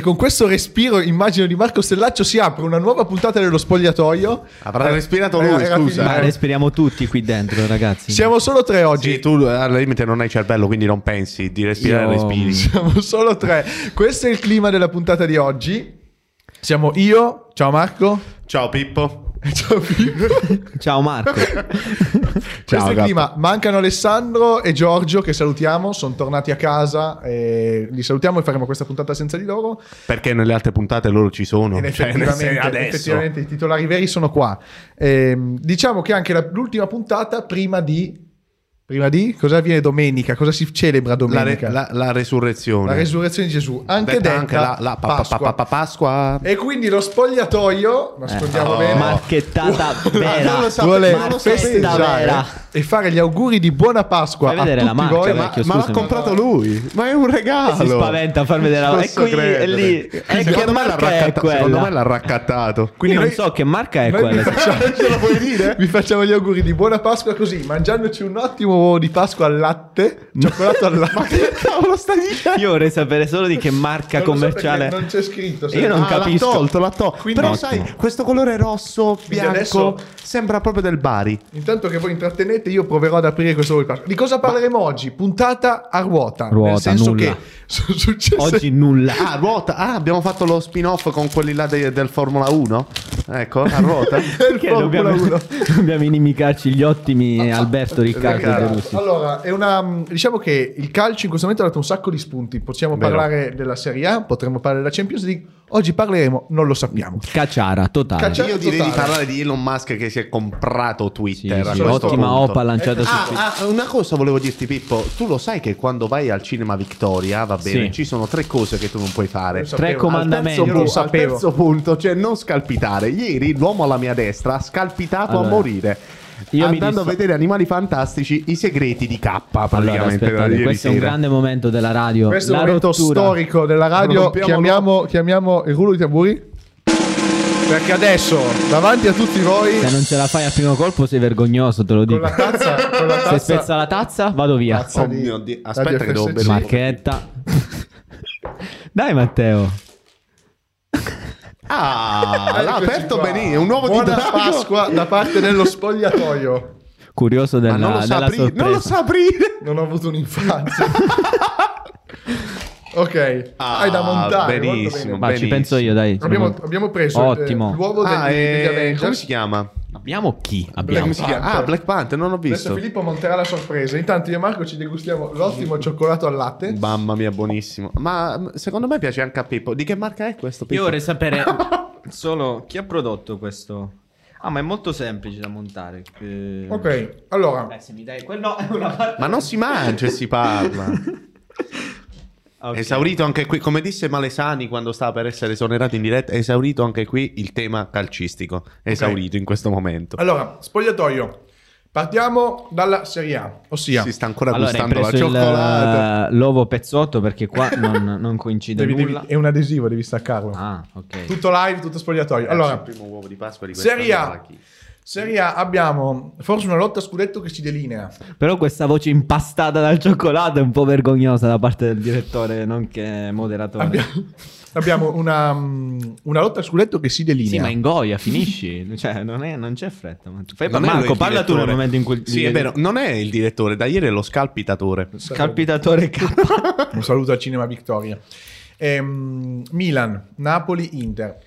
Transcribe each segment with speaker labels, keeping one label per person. Speaker 1: con questo respiro, immagino di Marco Stellaccio, si apre una nuova puntata dello spogliatoio.
Speaker 2: Avrà
Speaker 1: Eh,
Speaker 2: respirato
Speaker 1: era-
Speaker 2: lui,
Speaker 1: era
Speaker 2: scusa.
Speaker 1: finita.
Speaker 3: Ma respiriamo tutti qui dentro, ragazzi.
Speaker 1: Siamo solo tre oggi.
Speaker 2: Sì, tu al limite non hai cervello, quindi non pensi di respirare,
Speaker 3: Io-
Speaker 2: respiri.
Speaker 1: Siamo solo tre. Questo è il clima della puntata di oggi. Siamo io, ciao Marco.
Speaker 2: Ciao Pippo.
Speaker 1: e Ciao Filippo.
Speaker 3: Ciao Marco.
Speaker 1: Questo è il
Speaker 2: Gabbo.
Speaker 1: clima. Mancano Alessandro e Giorgio che salutiamo, sono tornati a casa, e li salutiamo e faremo questa puntata senza di loro.
Speaker 2: Perché nelle altre puntate loro ci sono.
Speaker 1: Ed
Speaker 2: Cioè, nel
Speaker 1: effettivamente,
Speaker 2: senso, adesso.
Speaker 1: effettivamente i titolari veri sono qua. Ehm, diciamo che anche la- l'ultima puntata prima di... Prima di cosa avviene domenica? Cosa si celebra
Speaker 2: La, re-
Speaker 1: domenica?
Speaker 2: la- la resurrezione.
Speaker 1: La resurrezione di Gesù, anche
Speaker 2: Detta
Speaker 1: detta
Speaker 2: anche la, la pa- pa-
Speaker 1: Pasqua.
Speaker 2: pa- pa- Pasqua.
Speaker 1: E quindi lo spogliatoio, nascondiamo
Speaker 2: oh.
Speaker 1: bene,
Speaker 3: Eh,
Speaker 1: Ah,
Speaker 3: Marchettata vera.
Speaker 1: non lo sape-
Speaker 3: Vuole
Speaker 1: non lo sapete
Speaker 3: festa
Speaker 1: usare.
Speaker 3: vera.
Speaker 1: e fare gli auguri di buona Pasqua
Speaker 3: Fai
Speaker 1: a
Speaker 3: vedere
Speaker 1: tutti
Speaker 3: la marca,
Speaker 1: voi.
Speaker 3: vecchio,
Speaker 2: ma l'ha
Speaker 3: Eh, scusami.
Speaker 2: comprato lui. Ma è un regalo.
Speaker 3: Si spaventa a far vedere la-
Speaker 2: Non
Speaker 3: e
Speaker 2: posso
Speaker 3: qui- e
Speaker 2: credere.
Speaker 3: lì- eh, che
Speaker 2: secondo, me l'ha
Speaker 3: marca è
Speaker 2: raccatta-
Speaker 3: quella?
Speaker 2: secondo me l'ha raccattato.
Speaker 3: Quindi non
Speaker 1: noi-
Speaker 3: so che marca è
Speaker 1: noi
Speaker 3: Eh, quella.
Speaker 1: vi facciamo-
Speaker 2: Ce lo puoi dire?
Speaker 1: Vi facciamo gli auguri di buona Pasqua così, mangiandoci un ottimo uovo di Pasqua al latte, cioccolato al latte.
Speaker 2: Cavolo, stai dicendo?
Speaker 3: Io vorrei sapere solo di che marca
Speaker 1: Non lo so
Speaker 3: commerciale.
Speaker 1: perché non c'è scritto, se-
Speaker 3: Io non
Speaker 2: Ah,
Speaker 3: capisco.
Speaker 2: L'ha tolto, l'ha tolto.
Speaker 1: Quindi-
Speaker 2: Però
Speaker 3: Ottimo.
Speaker 2: sai, questo colore rosso, bianco,
Speaker 1: adesso-
Speaker 2: sembra proprio del Bari.
Speaker 1: Intanto che voi intrattenete, io proverò ad aprire questo uovo di Pasqua. Di cosa parleremo oggi? Puntata a ruota.
Speaker 3: Ruota,
Speaker 1: nel senso
Speaker 3: nulla.
Speaker 1: che sono successe
Speaker 3: Oggi nulla.
Speaker 2: Ah, ruota. Ah, abbiamo fatto lo spin-off con quelli là de- del Formula 1. Ecco, a ruota.
Speaker 1: del
Speaker 3: Perché
Speaker 1: Formula Ah,
Speaker 3: dobbiamo,
Speaker 1: 1.
Speaker 3: dobbiamo inimicarci gli ottimi Alberto, Riccardo e
Speaker 1: ah,
Speaker 2: Riccardo.
Speaker 3: De Rossi.
Speaker 1: Eh, Allora, è una, diciamo che il calcio in questo momento ha dato un sacco di spunti. Possiamo
Speaker 2: Vero.
Speaker 1: parlare della Serie A, potremmo parlare della Champions League. Oggi parleremo, non lo sappiamo.
Speaker 3: Cacciara, totale.
Speaker 1: Cacciara-
Speaker 2: Io direi di
Speaker 1: Totale.
Speaker 2: parlare di Elon Musk che si è comprato
Speaker 3: Sì,
Speaker 2: Twitter. a
Speaker 3: sì,
Speaker 2: questo
Speaker 3: ottima
Speaker 2: punto.
Speaker 3: OPA lanciata
Speaker 1: Ecco.
Speaker 3: su Twitter.
Speaker 2: Ah, ah, una cosa volevo dirti Pippo, tu lo sai che quando vai al cinema Victoria, va bene,
Speaker 3: Sì. Esatto.
Speaker 2: ci sono tre cose che tu non puoi fare.
Speaker 1: Lo sapevo.
Speaker 3: Tre
Speaker 2: Al
Speaker 3: comandamenti.
Speaker 2: terzo,
Speaker 1: Io non
Speaker 2: pu-
Speaker 1: lo
Speaker 2: al
Speaker 1: sapevo.
Speaker 2: terzo punto, cioè non scalpitare. Ieri l'uomo alla mia destra ha scalpitato
Speaker 3: Allora,
Speaker 2: a morire.
Speaker 3: io mi
Speaker 2: andando
Speaker 3: disfa-
Speaker 2: a vedere Animali Fantastici, i segreti di K.
Speaker 3: Allora,
Speaker 2: Praticamente da
Speaker 3: aspettate,
Speaker 2: ieri
Speaker 3: questo è un
Speaker 2: sera.
Speaker 3: grande momento della radio.
Speaker 1: Questo è
Speaker 3: la
Speaker 1: un momento
Speaker 3: rottura.
Speaker 1: storico della radio.
Speaker 2: Rompiamolo.
Speaker 1: Chiamiamo, chiamiamo il rullo di tamburi. Perché adesso, davanti a tutti voi,
Speaker 3: Se non ce la fai al primo colpo sei vergognoso, te lo
Speaker 1: con
Speaker 3: dico.
Speaker 1: la tazza, con la
Speaker 3: Se
Speaker 1: tazza,
Speaker 3: spezza la tazza, vado via.
Speaker 1: Tazza
Speaker 2: Oh
Speaker 1: di
Speaker 2: mio Dio, aspetta
Speaker 1: Radio
Speaker 2: che devo
Speaker 1: FSC.
Speaker 2: bere un po'.
Speaker 3: Marchetta. Dai Matteo.
Speaker 2: Ah, l'ha
Speaker 1: Eccoci
Speaker 2: aperto
Speaker 1: qua.
Speaker 2: benissimo, un uovo
Speaker 1: Buona
Speaker 2: di drago.
Speaker 1: Pasqua da parte dello spogliatoio.
Speaker 3: Curioso
Speaker 2: Ma
Speaker 3: della,
Speaker 2: non, lo sa
Speaker 3: della
Speaker 2: aprire,
Speaker 3: sorpresa.
Speaker 2: non lo sa aprire.
Speaker 1: Non ho avuto un'infanzia. ok,
Speaker 2: Ah,
Speaker 1: hai da montare. molto
Speaker 2: benissimo.
Speaker 1: bene.
Speaker 3: Ma ci
Speaker 2: Benissimo.
Speaker 3: penso io, dai. Sono
Speaker 1: Abbiamo,
Speaker 3: molto-
Speaker 1: abbiamo preso
Speaker 3: Ottimo.
Speaker 1: eh, l'uovo
Speaker 2: Ah,
Speaker 1: degli,
Speaker 2: eh,
Speaker 1: degli Avengers.
Speaker 2: come si chiama?
Speaker 3: Abbiamo chi?
Speaker 2: Come
Speaker 3: Abbiamo.
Speaker 2: si chiama?
Speaker 1: Panther.
Speaker 2: Ah, Black Panther, non ho
Speaker 1: Adesso
Speaker 2: visto.
Speaker 1: Filippo monterà la sorpresa. Intanto io e Marco ci degustiamo l'ottimo cioccolato al latte.
Speaker 2: Mamma mia, buonissimo. Ma mh, secondo me piace anche a Pippo. Di che marca è questo Pippo?
Speaker 4: Io vorrei sapere solo chi ha prodotto questo. Ah, ma è molto semplice da montare. eh.
Speaker 1: Ok, allora.
Speaker 4: Eh, se mi dai quello è una parte.
Speaker 2: Ma non si mangia e si parla.
Speaker 4: Ok.
Speaker 2: Esaurito anche qui, come disse Malesani quando stava per essere esonerato in diretta, esaurito anche qui il tema calcistico. Esaurito in questo momento.
Speaker 1: Allora, spogliatoio. Partiamo dalla Serie A, ossia...
Speaker 2: Si sta ancora
Speaker 3: Allora, hai
Speaker 2: gustando la
Speaker 3: preso il,
Speaker 2: cioccolata.
Speaker 3: eh, l'ovo pezzotto perché qua non, non coincide
Speaker 1: devi- devi-
Speaker 3: nulla.
Speaker 1: è un adesivo, devi staccarlo.
Speaker 3: Ah, ok.
Speaker 1: Tutto live, tutto spogliatoio. Allora,
Speaker 2: primo uovo di Pasqua di
Speaker 1: Serie
Speaker 2: quest'anno
Speaker 1: A.
Speaker 2: dalla Chi.
Speaker 1: Serie A abbiamo forse una lotta a scudetto che si delinea.
Speaker 3: Però questa voce impastata dal cioccolato è un po' vergognosa da parte del direttore, nonché moderatore.
Speaker 1: Abbia- abbiamo una, mm, una lotta a scudetto che si delinea.
Speaker 3: Sì, ma ingoia, finisci. Cioè, non, è- non c'è fretta. Ma tu- Fai
Speaker 2: Non è lui
Speaker 3: Marco,
Speaker 2: il
Speaker 3: parla tu nel
Speaker 2: direttore.
Speaker 3: momento in cui...
Speaker 2: Sì, è vero, non è il direttore, da ieri è lo scalpitatore.
Speaker 3: Scalpitatore K.
Speaker 1: Un saluto al Cinema Victoria. Ehm, Milan, Napoli, Inter.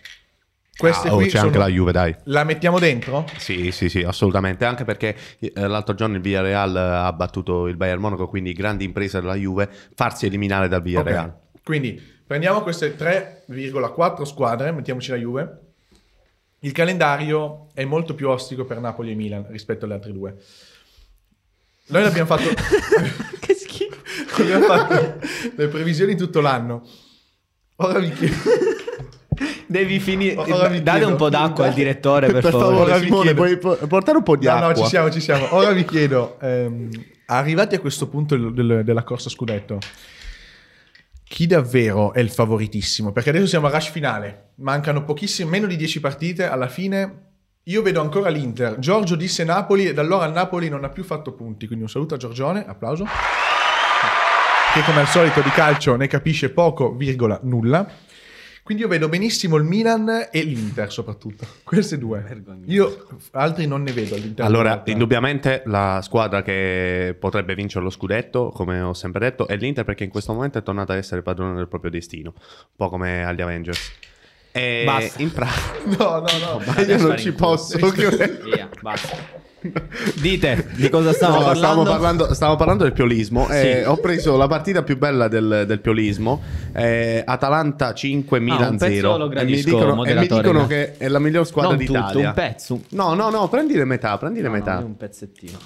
Speaker 1: Queste
Speaker 2: Ah, oh,
Speaker 1: qui
Speaker 2: c'è anche
Speaker 1: sono-
Speaker 2: la Juve, dai.
Speaker 1: La mettiamo dentro?
Speaker 2: Sì, sì, sì, assolutamente. Anche perché eh, l'altro giorno il Villarreal eh, ha battuto il Bayern Monaco, quindi grande impresa della Juve farsi eliminare dal Villarreal.
Speaker 1: Ok. Quindi prendiamo queste 3,4 squadre, mettiamoci la Juve. Il calendario è molto più ostico per Napoli e Milan rispetto alle altre due. Noi l'abbiamo fatto,
Speaker 3: che schifo.
Speaker 1: abbiamo fatto le previsioni tutto l'anno. Ora vi chiedo,
Speaker 3: Devi finire.
Speaker 1: Ora vi
Speaker 3: Date
Speaker 1: chiedo.
Speaker 3: un po' d'acqua al direttare, per,
Speaker 2: Per
Speaker 3: favore.
Speaker 2: favore,
Speaker 1: Ora vi
Speaker 2: Simone,
Speaker 1: chiedo-
Speaker 2: puoi po- portare un po' di
Speaker 1: No,
Speaker 2: acqua.
Speaker 1: no, ci siamo, ci siamo. Ora vi chiedo, ehm, arrivati a questo punto del- del- della corsa scudetto, chi davvero è il favoritissimo? Perché adesso siamo a rush finale, mancano pochissime, meno di 10 partite, alla fine io vedo ancora l'Inter. Giorgio disse Napoli e da allora il Napoli non ha più fatto punti, quindi un saluto a Giorgione, applauso. Che come al solito di calcio ne capisce poco, virgola, nulla. Quindi io vedo benissimo il Milan e l'Inter soprattutto. Queste due.
Speaker 4: Vergognoso.
Speaker 1: Io altri non ne vedo all'interno.
Speaker 2: Allora,
Speaker 1: della realtà.
Speaker 2: indubbiamente la squadra che potrebbe vincere lo scudetto, come ho sempre detto, è l'Inter perché in questo momento è tornata a essere padrona del proprio destino, un po' come agli Avengers. E
Speaker 4: Basta.
Speaker 2: in pratica
Speaker 1: No, no, no.
Speaker 4: Ma
Speaker 2: io
Speaker 4: adesso
Speaker 2: non ci
Speaker 4: in culo.
Speaker 2: posso credere.
Speaker 4: Via, basta.
Speaker 3: Dite di cosa stiamo
Speaker 2: No,
Speaker 3: parlando.
Speaker 2: Stavo parlando, stavo parlando del piolismo. eh,
Speaker 3: Sì.
Speaker 2: ho preso la partita più bella del, del piolismo. eh, Atalanta 5
Speaker 3: Ah,
Speaker 2: Milan
Speaker 3: un pezzo
Speaker 2: 0.
Speaker 3: lo
Speaker 2: e mi
Speaker 3: gradisco,
Speaker 2: dicono, e mi
Speaker 3: moderatore,
Speaker 2: dicono
Speaker 3: no?
Speaker 2: che è la miglior squadra
Speaker 3: Non
Speaker 2: d'Italia.
Speaker 3: tutto, un pezzo.
Speaker 2: No, no, no, prendile metà, prendile
Speaker 4: No,
Speaker 2: metà.
Speaker 4: no, un pezzettino.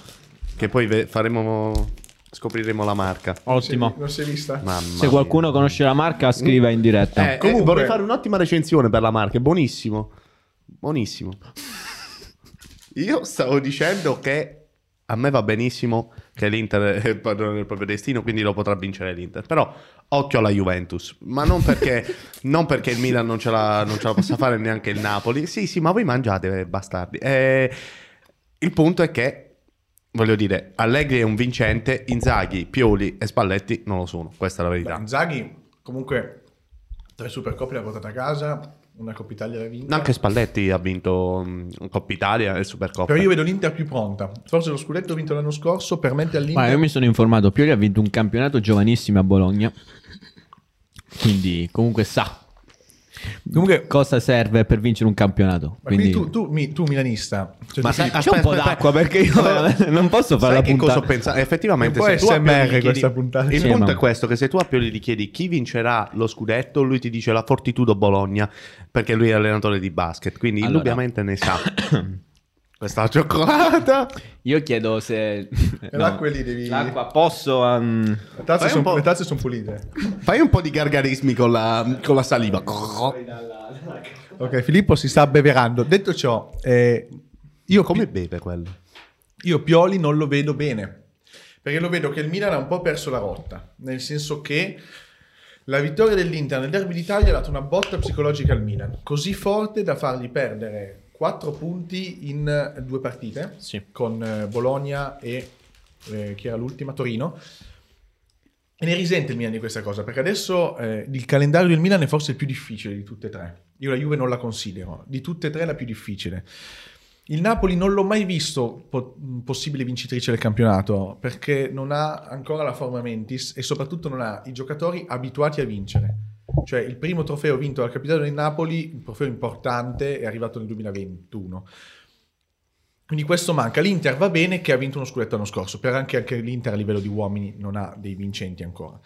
Speaker 2: Che poi ve- faremo. Scopriremo la marca.
Speaker 3: Ottimo.
Speaker 1: Non si è vista?
Speaker 2: Mamma
Speaker 3: Se qualcuno conosce la marca, scriva in diretta.
Speaker 2: Eh,
Speaker 1: Comunque-
Speaker 2: eh, vorrei fare un'ottima recensione per la marca. È buonissimo. Buonissimo. Io stavo dicendo che a me va benissimo che l'Inter è il padrone del proprio destino, quindi lo potrà vincere l'Inter. Però occhio alla Juventus. Ma non perché, non perché il Milan non ce, la, non ce la possa fare neanche il Napoli. Sì, sì, ma voi mangiate, eh, bastardi. Eh, il punto è che... Voglio dire, Allegri è un vincente, Inzaghi, Pioli e Spalletti non lo sono, questa è la verità.
Speaker 1: Beh, Inzaghi comunque tre supercoppe le ha portate a casa, una Coppa Italia l'ha vinta.
Speaker 2: Anche Spalletti ha vinto mh, Coppa Italia e Supercoppa.
Speaker 1: Però io vedo l'Inter più pronta. Forse lo scudetto vinto l'anno scorso permette all'Inter...
Speaker 3: Ma io mi sono informato, Pioli ha vinto un campionato giovanissimo a Bologna. Quindi comunque sa
Speaker 1: Comunque-
Speaker 3: cosa serve per vincere un campionato.
Speaker 1: Ma quindi
Speaker 3: Quindi...
Speaker 1: tu, tu, mi- tu milanista, cioè
Speaker 2: Ma
Speaker 1: tu
Speaker 2: sai-
Speaker 1: dici-
Speaker 3: C'è
Speaker 2: Aspetta,
Speaker 3: un po'
Speaker 2: aspetta,
Speaker 3: d'acqua perché io veramente non posso fare
Speaker 2: Sai
Speaker 3: la
Speaker 2: che cosa
Speaker 3: puntata.
Speaker 2: ho pensato? Effettivamente,
Speaker 1: Un po'
Speaker 2: se tu a
Speaker 1: SMR
Speaker 2: Pioli gli
Speaker 1: questa
Speaker 2: chiedi-
Speaker 1: puntata.
Speaker 2: Il
Speaker 3: Sì,
Speaker 2: punto
Speaker 3: ma-
Speaker 2: è questo: che se tu a Pioli gli chiedi chi vincerà lo scudetto, lui ti dice la Fortitudo Bologna, perché lui è allenatore di basket, quindi
Speaker 3: Allora.
Speaker 2: indubbiamente ne sa. Questa cioccolata.
Speaker 3: Io chiedo se... um,
Speaker 1: E l'acqua lì devi...
Speaker 4: L'acqua posso... ehm,
Speaker 1: Le tazze
Speaker 2: Fai un
Speaker 1: son-
Speaker 2: po'.
Speaker 1: le tazze sono pulite.
Speaker 2: Fai un po' di gargarismi con la, con la saliva.
Speaker 1: Ok, Filippo si sta beverando. Detto ciò, eh, io,
Speaker 2: Come beve quello?
Speaker 1: io Pioli non lo vedo bene. Perché lo vedo che il Milan ha un po' perso la rotta. Nel senso che la vittoria dell'Inter nel Derby d'Italia ha dato una botta psicologica al Milan. Così forte da fargli perdere 4 punti in eh, due partite.
Speaker 3: Sì.
Speaker 1: Con eh, Bologna e eh, chi era l'ultima? Torino. E ne risente il Milan di questa cosa, perché adesso eh, il calendario del Milan è forse il più difficile di tutte e tre. Io la Juve non la considero, di tutte e tre la più difficile. Il Napoli non l'ho mai visto po- mh, possibile vincitrice del campionato, perché non ha ancora la forma mentis e soprattutto non ha i giocatori abituati a vincere. Cioè il primo trofeo vinto dal capitano del Napoli, un trofeo importante, è arrivato nel 2021. Quindi questo manca. L'Inter va bene che ha vinto uno scudetto l'anno scorso, però anche, anche l'Inter a livello di uomini non ha dei vincenti ancora.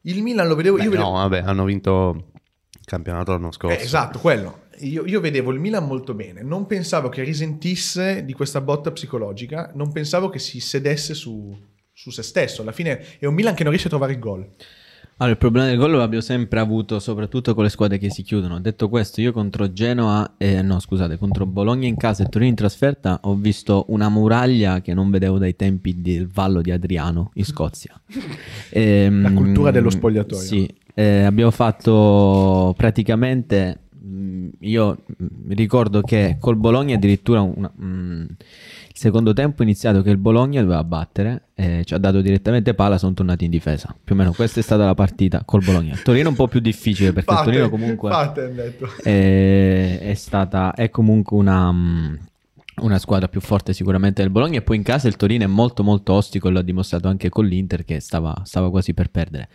Speaker 1: Il Milan lo vedevo...
Speaker 2: Beh,
Speaker 1: io vedevo-
Speaker 2: No, vabbè, hanno vinto il campionato l'anno scorso.
Speaker 1: eh, esatto, quello. Io, io vedevo il Milan molto bene, non pensavo che risentisse di questa botta psicologica, non pensavo che si sedesse su, su se stesso. Alla fine è un Milan che non riesce a trovare il gol.
Speaker 3: Allora, il problema del gol l'abbiamo sempre avuto, soprattutto con le squadre che si chiudono. Detto questo, io contro Genoa, eh, no scusate, contro Bologna in casa e Torino in trasferta ho visto una muraglia che non vedevo dai tempi del Vallo di Adriano in Scozia. Ehm,
Speaker 1: La cultura dello spogliatoio.
Speaker 3: Sì, eh, abbiamo fatto praticamente. mh, Io mh, ricordo che col Bologna addirittura una- mh, il secondo tempo è iniziato che il Bologna doveva battere, eh, ci ha dato direttamente pala, sono tornati in difesa. Più o meno questa è stata la partita col Bologna. Torino un po' più difficile perché il
Speaker 1: Fate-
Speaker 3: Torino comunque
Speaker 1: fate, hanno detto.
Speaker 3: è, Eh, è stata è comunque una mm, una squadra più forte sicuramente del Bologna e poi in casa il Torino è molto molto ostico e l'ha dimostrato anche con l'Inter che stava, stava quasi per perdere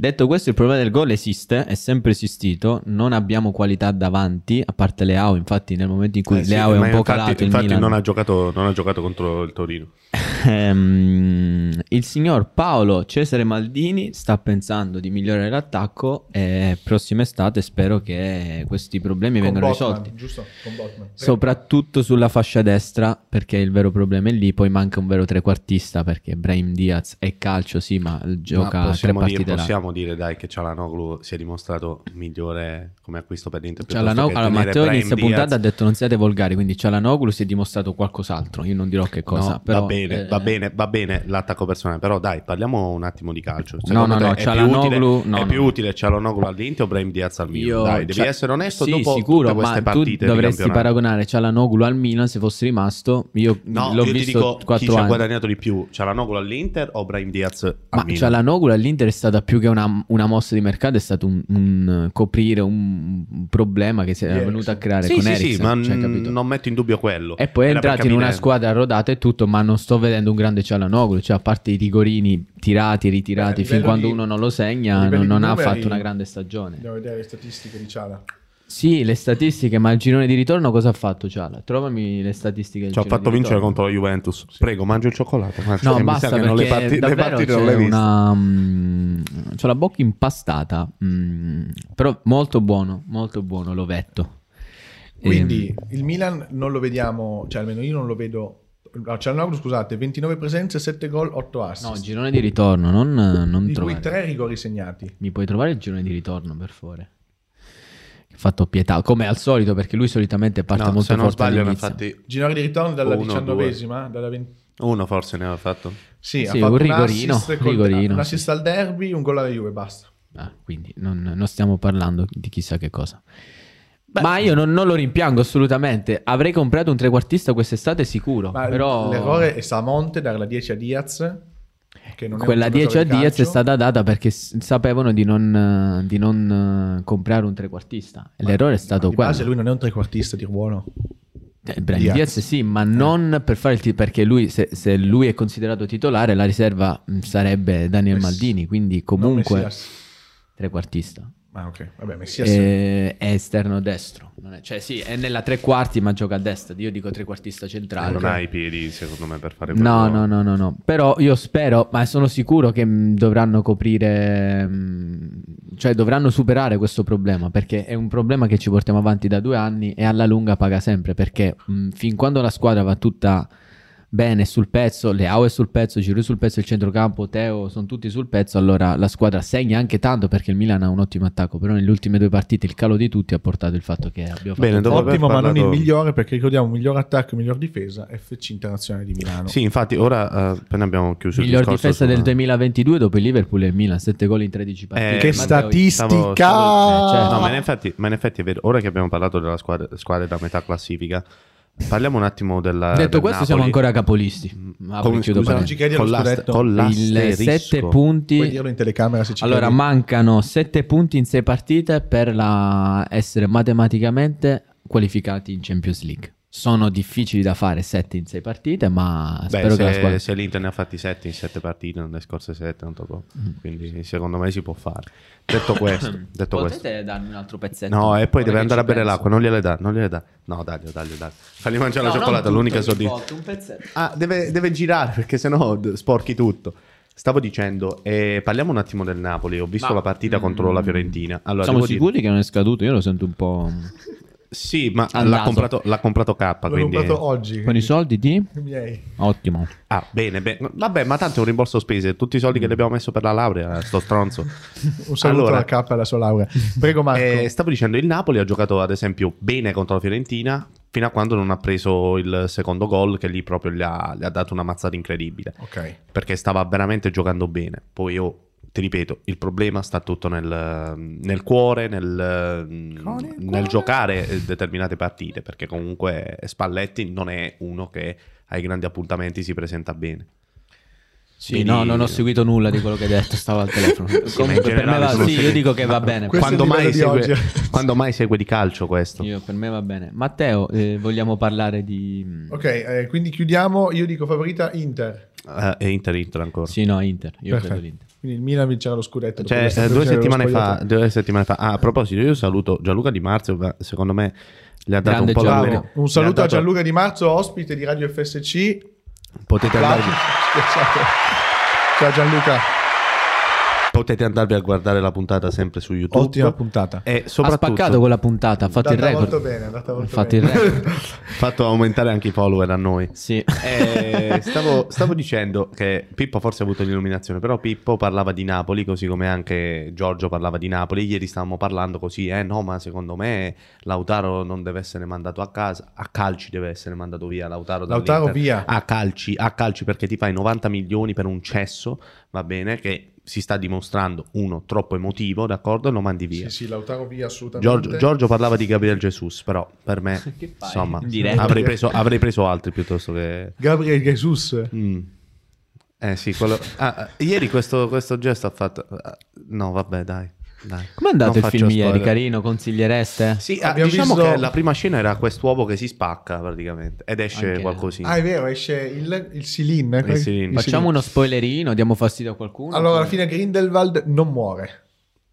Speaker 3: detto questo il problema del gol esiste è sempre esistito non abbiamo qualità davanti a parte Leao infatti nel momento in cui
Speaker 2: Eh sì,
Speaker 3: Leao è
Speaker 2: ma
Speaker 3: un po'
Speaker 2: infatti-
Speaker 3: calato il
Speaker 2: Infatti,
Speaker 3: Milan
Speaker 2: non ha giocato- non ha giocato contro il Torino.
Speaker 3: Ehm, il signor Paolo Cesare Maldini sta pensando di migliorare l'attacco e prossima estate spero che questi problemi
Speaker 1: Con
Speaker 3: vengano
Speaker 1: Botman,
Speaker 3: risolti
Speaker 1: giusto? Con Botman.
Speaker 3: soprattutto sulla fascia destra perché il vero problema è lì poi manca un vero trequartista perché Brahim Diaz è calcio sì ma gioca
Speaker 2: Ma
Speaker 3: tre
Speaker 2: possiamo,
Speaker 3: partite
Speaker 2: dire,
Speaker 3: là
Speaker 2: possiamo dire dai che Cialanoglu si è dimostrato migliore come acquisto per l'Inter
Speaker 3: C'ha la
Speaker 2: piuttosto che
Speaker 3: allora,
Speaker 2: tenere
Speaker 3: Matteo
Speaker 2: Brahim
Speaker 3: inizia
Speaker 2: Diaz.
Speaker 3: puntata ha detto non siate volgari quindi Cialanoglu si è dimostrato qualcos'altro io non dirò che cosa
Speaker 2: No,
Speaker 3: però
Speaker 2: va bene
Speaker 3: eh,
Speaker 2: Va bene, va bene l'attacco personale, però dai, parliamo un attimo di calcio.
Speaker 3: no, no,
Speaker 2: te è più
Speaker 3: Çalhanoğlu-
Speaker 2: utile-
Speaker 3: no,
Speaker 2: è
Speaker 3: no.
Speaker 2: più utile Cialanoglu all'Inter o Brahim Diaz al Milan?
Speaker 3: Io-
Speaker 2: dai, devi
Speaker 3: cioè-
Speaker 2: essere onesto
Speaker 3: sì,
Speaker 2: dopo
Speaker 3: sicuro,
Speaker 2: tutte queste
Speaker 3: ma
Speaker 2: partite
Speaker 3: tu
Speaker 2: di
Speaker 3: dovresti
Speaker 2: campionato.
Speaker 3: paragonare Cialanoglu al Milan se fosse rimasto. Io
Speaker 2: No, io
Speaker 3: l'ho
Speaker 2: ti
Speaker 3: visto
Speaker 2: dico chi
Speaker 3: 4
Speaker 2: ci ha
Speaker 3: anni.
Speaker 2: guadagnato di più, Cialanoglu all'Inter o Brahim Diaz al
Speaker 3: Ma
Speaker 2: Milan?
Speaker 3: Cialanoglu all'Inter è stata più che una, una mossa di mercato, è stato un, un coprire un, un problema che si era
Speaker 1: Di
Speaker 3: venuto a
Speaker 1: Eriksen.
Speaker 3: creare
Speaker 2: Sì,
Speaker 3: con
Speaker 2: sì,
Speaker 3: Eriksen,
Speaker 2: sì, ma
Speaker 3: cioè,
Speaker 2: n-
Speaker 3: capito?
Speaker 2: non metto in dubbio quello.
Speaker 3: E poi è
Speaker 2: Era per
Speaker 3: entrato in una
Speaker 2: capire-
Speaker 3: squadra rodata e tutto, ma non sto vedendo un grande Cialanoglu, cioè a parte i rigorini tirati, ritirati,
Speaker 1: Beh,
Speaker 3: fin
Speaker 1: livello
Speaker 3: quando
Speaker 1: di-
Speaker 3: uno non lo
Speaker 1: a
Speaker 3: segna,
Speaker 1: livello
Speaker 3: non,
Speaker 1: di
Speaker 3: non ha
Speaker 1: numeri-
Speaker 3: fatto una grande stagione.
Speaker 1: Andiamo a vedere le statistiche di Ciala.
Speaker 3: Ehm. Sì, le statistiche, ma il girone di ritorno cosa ha fatto Ciala? Trovami le statistiche. del
Speaker 2: Ci ha
Speaker 3: girone
Speaker 2: fatto
Speaker 3: di
Speaker 2: vincere
Speaker 3: ritorno.
Speaker 2: contro la Juventus. Prego, mangio il cioccolato. ma- che
Speaker 3: No,
Speaker 2: mi
Speaker 3: basta
Speaker 2: sa che
Speaker 3: perché
Speaker 2: non le parti- le
Speaker 3: davvero
Speaker 2: partite non le
Speaker 3: c'è
Speaker 2: hai viste.
Speaker 3: una... mm, c'ho la bocca impastata, mm, però molto buono, molto buono l'ovetto.
Speaker 1: Quindi
Speaker 3: Ehm,
Speaker 1: il Milan non lo vediamo, cioè almeno io non lo vedo. no, Cialanoglu, scusate, 29 presenze, 7 gol, 8 assist.
Speaker 3: no, girone di ritorno, non, non
Speaker 1: di cui
Speaker 3: trovare.
Speaker 1: 3 rigori segnati.
Speaker 3: Mi puoi trovare il girone di ritorno, per favore? Che ha fatto pietà, come al solito, perché lui solitamente parte
Speaker 2: No,
Speaker 3: molto
Speaker 2: se non
Speaker 3: forte
Speaker 2: sbaglio, ne ha
Speaker 3: all'inizio.
Speaker 2: fatti
Speaker 1: Girone di ritorno dalla
Speaker 2: Uno,
Speaker 1: diciannovesima, dalla ven-
Speaker 2: uno, forse ne aveva fatto.
Speaker 1: Sì, ha
Speaker 3: Sì,
Speaker 1: fatto
Speaker 3: un
Speaker 1: un
Speaker 3: rigorino,
Speaker 1: assist col-
Speaker 3: rigorino,
Speaker 1: un assist al derby, un gol alla Juve, basta.
Speaker 3: Ah, quindi non, non stiamo parlando di chissà che cosa. Ma io non, non lo rimpiango assolutamente. Avrei comprato un trequartista quest'estate sicuro.
Speaker 1: Ma l-
Speaker 3: però
Speaker 1: l'errore è stato a Monte, dare la 10 a Diaz. Che non è un
Speaker 3: quella 10 a
Speaker 1: giocatore di
Speaker 3: Diaz è
Speaker 1: calcio.
Speaker 3: stata data perché s- sapevano di non, eh, di non, eh, comprare un trequartista. E L'errore è stato
Speaker 1: Di base
Speaker 3: quello.
Speaker 1: lui non è un trequartista di ruolo.
Speaker 3: Eh, Brahim
Speaker 1: Diaz.
Speaker 3: Diaz sì, ma non per fare il ti- perché lui, se, se lui è considerato titolare, la riserva mh, sarebbe Daniel
Speaker 1: Messi.
Speaker 3: Maldini, quindi
Speaker 1: Eh Non
Speaker 3: comunque
Speaker 1: Messias.
Speaker 3: trequartista.
Speaker 1: Ah, ok. Vabbè, Messias.
Speaker 3: Eh, È esterno destro, Non è- cioè sì, è nella tre quarti ma gioca a destra. Io dico trequartista centrale.
Speaker 2: Non ha i piedi, secondo me, per fare
Speaker 3: No,
Speaker 2: quello.
Speaker 3: no, no, no, no. Però io spero, ma sono sicuro che mh, dovranno coprire, mh, cioè dovranno superare questo problema perché è un problema che ci portiamo avanti da due anni e alla lunga paga sempre perché mh, fin quando la squadra va tutta bene sul pezzo, Leao è sul pezzo, Giroud è sul pezzo, il centrocampo, Teo sono tutti sul pezzo, allora la squadra segna anche tanto perché il Milan ha un ottimo attacco, però nelle ultime due partite il calo di tutti ha portato il fatto che abbiamo fatto
Speaker 2: Bene,
Speaker 3: un
Speaker 2: dopo
Speaker 3: po'
Speaker 2: aver
Speaker 1: Ottimo, ma non il
Speaker 2: parlato-
Speaker 1: migliore perché ricordiamo miglior attacco e miglior difesa FC Internazionale di Milano.
Speaker 2: Sì, infatti, ora eh, appena abbiamo chiuso il
Speaker 3: Miglior
Speaker 2: discorso
Speaker 3: difesa
Speaker 2: sulla-
Speaker 3: del 2022 dopo il Liverpool e il Milan, 7 gol in 13 partite.
Speaker 2: Eh,
Speaker 1: che
Speaker 2: Matteo,
Speaker 1: statistica!
Speaker 2: stavo- stavo-
Speaker 3: Eh, certo.
Speaker 2: No, ma in effetti, ma in effetti è vero. Ora che abbiamo parlato della squadra, squadre da metà classifica, parliamo un attimo della. del
Speaker 3: Detto questo,
Speaker 2: Napoli. Mm.
Speaker 3: siamo ancora capolisti. Ma apro e
Speaker 2: Come,
Speaker 3: chiudo
Speaker 2: scusa,
Speaker 1: parentesi. Ci chiedi allo
Speaker 2: con, l'ast-
Speaker 1: scudetto?
Speaker 2: con
Speaker 3: Il
Speaker 2: l'asterisco.
Speaker 3: 7
Speaker 1: Puoi
Speaker 3: punti.
Speaker 1: dirlo in telecamera se ci
Speaker 3: Allora,
Speaker 1: credi.
Speaker 3: mancano 7 punti in 6 partite per la- essere matematicamente qualificati in Champions League. Sono difficili da fare 7 in 6 partite, ma
Speaker 2: Beh,
Speaker 3: spero che
Speaker 2: se,
Speaker 3: la squadra
Speaker 2: se l'Inter ne ha fatti 7 in 7 partite, nelle scorse 7, non troppo.
Speaker 3: Mm.
Speaker 2: Quindi secondo me si può fare. Detto questo, detto questo.
Speaker 3: Potete darmi un altro pezzetto?
Speaker 2: No, e poi
Speaker 3: Ora che
Speaker 2: deve andare a
Speaker 3: ci
Speaker 2: bere
Speaker 3: penso.
Speaker 2: l'acqua, non gliele dà, non gliele dà. No, daglielo, daglielo, daglielo. Fagli mangiare la
Speaker 3: No, non
Speaker 2: cioccolata,
Speaker 3: tutto,
Speaker 2: l'unica
Speaker 3: ogni
Speaker 2: soddisfazione.
Speaker 3: volta, Un pezzetto.
Speaker 2: Ah, deve, deve girare perché sennò d- sporchi tutto. Stavo dicendo, eh, parliamo un attimo del Napoli. Ho visto
Speaker 3: Ma- mm,
Speaker 2: la partita contro la Fiorentina. Allora,
Speaker 3: Siamo
Speaker 2: devo dire-
Speaker 3: sicuri che non è scaduto? Io lo sento un po'.
Speaker 2: Sì, ma
Speaker 3: Al
Speaker 2: l'ha
Speaker 3: naso.
Speaker 2: comprato, l'ha comprato K.
Speaker 1: L'ho
Speaker 2: quindi...
Speaker 1: comprato oggi.
Speaker 3: Con i soldi di?
Speaker 1: i miei.
Speaker 3: Ottimo.
Speaker 2: Ah, bene, bene. Vabbè, ma tanto è un rimborso spese. Tutti i soldi
Speaker 3: Mm.
Speaker 2: che le abbiamo messo per la laurea, sto stronzo.
Speaker 1: Un saluto alla K e alla sua laurea. Prego Marco.
Speaker 2: Eh, stavo dicendo, il Napoli ha giocato ad esempio bene contro la Fiorentina fino a quando non ha preso il secondo gol che lì proprio gli ha, gli ha dato una mazzata incredibile
Speaker 1: ok.
Speaker 2: perché stava veramente giocando bene. Poi io ti ripeto, il problema sta tutto nel, nel cuore, nel,
Speaker 1: Con il
Speaker 2: nel
Speaker 1: cuore.
Speaker 2: giocare eh, determinate partite perché comunque Spalletti non è uno che ai grandi appuntamenti si presenta bene.
Speaker 3: Sì,
Speaker 2: Quindi-
Speaker 3: no, non ho seguito nulla di quello che hai detto, stavo al telefono.
Speaker 2: Sì, ma in
Speaker 3: Comunque, per me
Speaker 2: generale
Speaker 3: va,
Speaker 2: sono
Speaker 3: sì, io
Speaker 2: seri-
Speaker 3: dico che va
Speaker 2: Ma
Speaker 3: bene.
Speaker 1: Questo è il
Speaker 2: Quando mai,
Speaker 1: livello di
Speaker 2: segue,
Speaker 1: oggi.
Speaker 2: quando mai segue di calcio questo?
Speaker 3: Io- per me va bene. Matteo, eh, vogliamo parlare di...
Speaker 1: Ok, eh, quindi chiudiamo. Io dico favorita Inter.
Speaker 2: Eh, e Inter Inter ancora.
Speaker 3: Sì, no, Inter. Io
Speaker 1: Perfetto.
Speaker 3: credo l'Inter.
Speaker 1: Quindi il Milan vincerà lo scudetto. dopo
Speaker 2: Cioè,
Speaker 1: questa
Speaker 2: eh, due,
Speaker 1: stagione dello
Speaker 2: settimane fa,
Speaker 1: spogliatoio.
Speaker 2: due settimane fa, ah, a proposito, io saluto Gianluca Di Marzio, ma secondo me le ha dato
Speaker 3: Grande
Speaker 2: un po'
Speaker 3: Gianluca.
Speaker 2: la...
Speaker 1: Un
Speaker 2: le ha
Speaker 1: saluto a
Speaker 2: dato-
Speaker 1: Gianluca Di Marzo, ospite di Radio FSC.
Speaker 2: Potete andare...
Speaker 1: Scusate. Ciao Gianluca.
Speaker 2: Potete andarvi a guardare la puntata sempre su YouTube.
Speaker 1: Ottima puntata.
Speaker 2: E
Speaker 3: Ha
Speaker 2: soprattutto
Speaker 3: spaccato quella puntata, ha fatto il
Speaker 1: Andata
Speaker 3: record.
Speaker 1: molto bene, andata molto
Speaker 3: Ha fatto il
Speaker 1: bene.
Speaker 3: record.
Speaker 2: fatto aumentare anche i follower a noi.
Speaker 3: Sì.
Speaker 2: Eh, stavo, stavo dicendo che Pippo forse ha avuto l'illuminazione, però Pippo parlava di Napoli, così come anche Giorgio parlava di Napoli. Ieri stavamo parlando così, eh no, ma secondo me Lautaro non deve essere mandato a casa, a calci deve essere mandato via Lautaro. dall'Inter.
Speaker 1: Lautaro via.
Speaker 2: A calci, a calci perché ti fai 90 milioni per un cesso, va bene, che si sta dimostrando uno troppo emotivo, d'accordo, e lo mandi via.
Speaker 1: Sì, sì, Lautaro via assolutamente.
Speaker 2: Giorgio, Giorgio parlava di Gabriel Jesus, però per me,
Speaker 3: Che fai?
Speaker 2: insomma,
Speaker 3: In diretta.
Speaker 2: avrei preso, avrei preso altri piuttosto che...
Speaker 1: Gabriel Jesus.
Speaker 2: Mm. Eh sì, quello... Ah, eh, ieri questo, questo gesto ha fatto... ah, No, vabbè, dai. dai.
Speaker 3: Com'è andato
Speaker 2: Non
Speaker 3: il
Speaker 2: faccio
Speaker 3: film ieri?
Speaker 2: spoiler.
Speaker 3: Carino, consigliereste?
Speaker 2: Sì, ah,
Speaker 1: Abbiamo
Speaker 2: diciamo
Speaker 1: visto-
Speaker 2: che la prima scena era quest'uovo che si spacca praticamente ed esce
Speaker 3: Anche-
Speaker 2: qualcosina.
Speaker 1: Ah, è vero, esce il, il Silin. eh, quel-
Speaker 2: Silin.
Speaker 3: Facciamo
Speaker 1: Silin.
Speaker 3: uno spoilerino, diamo fastidio a qualcuno.
Speaker 1: Allora, alla fine Grindelwald non muore.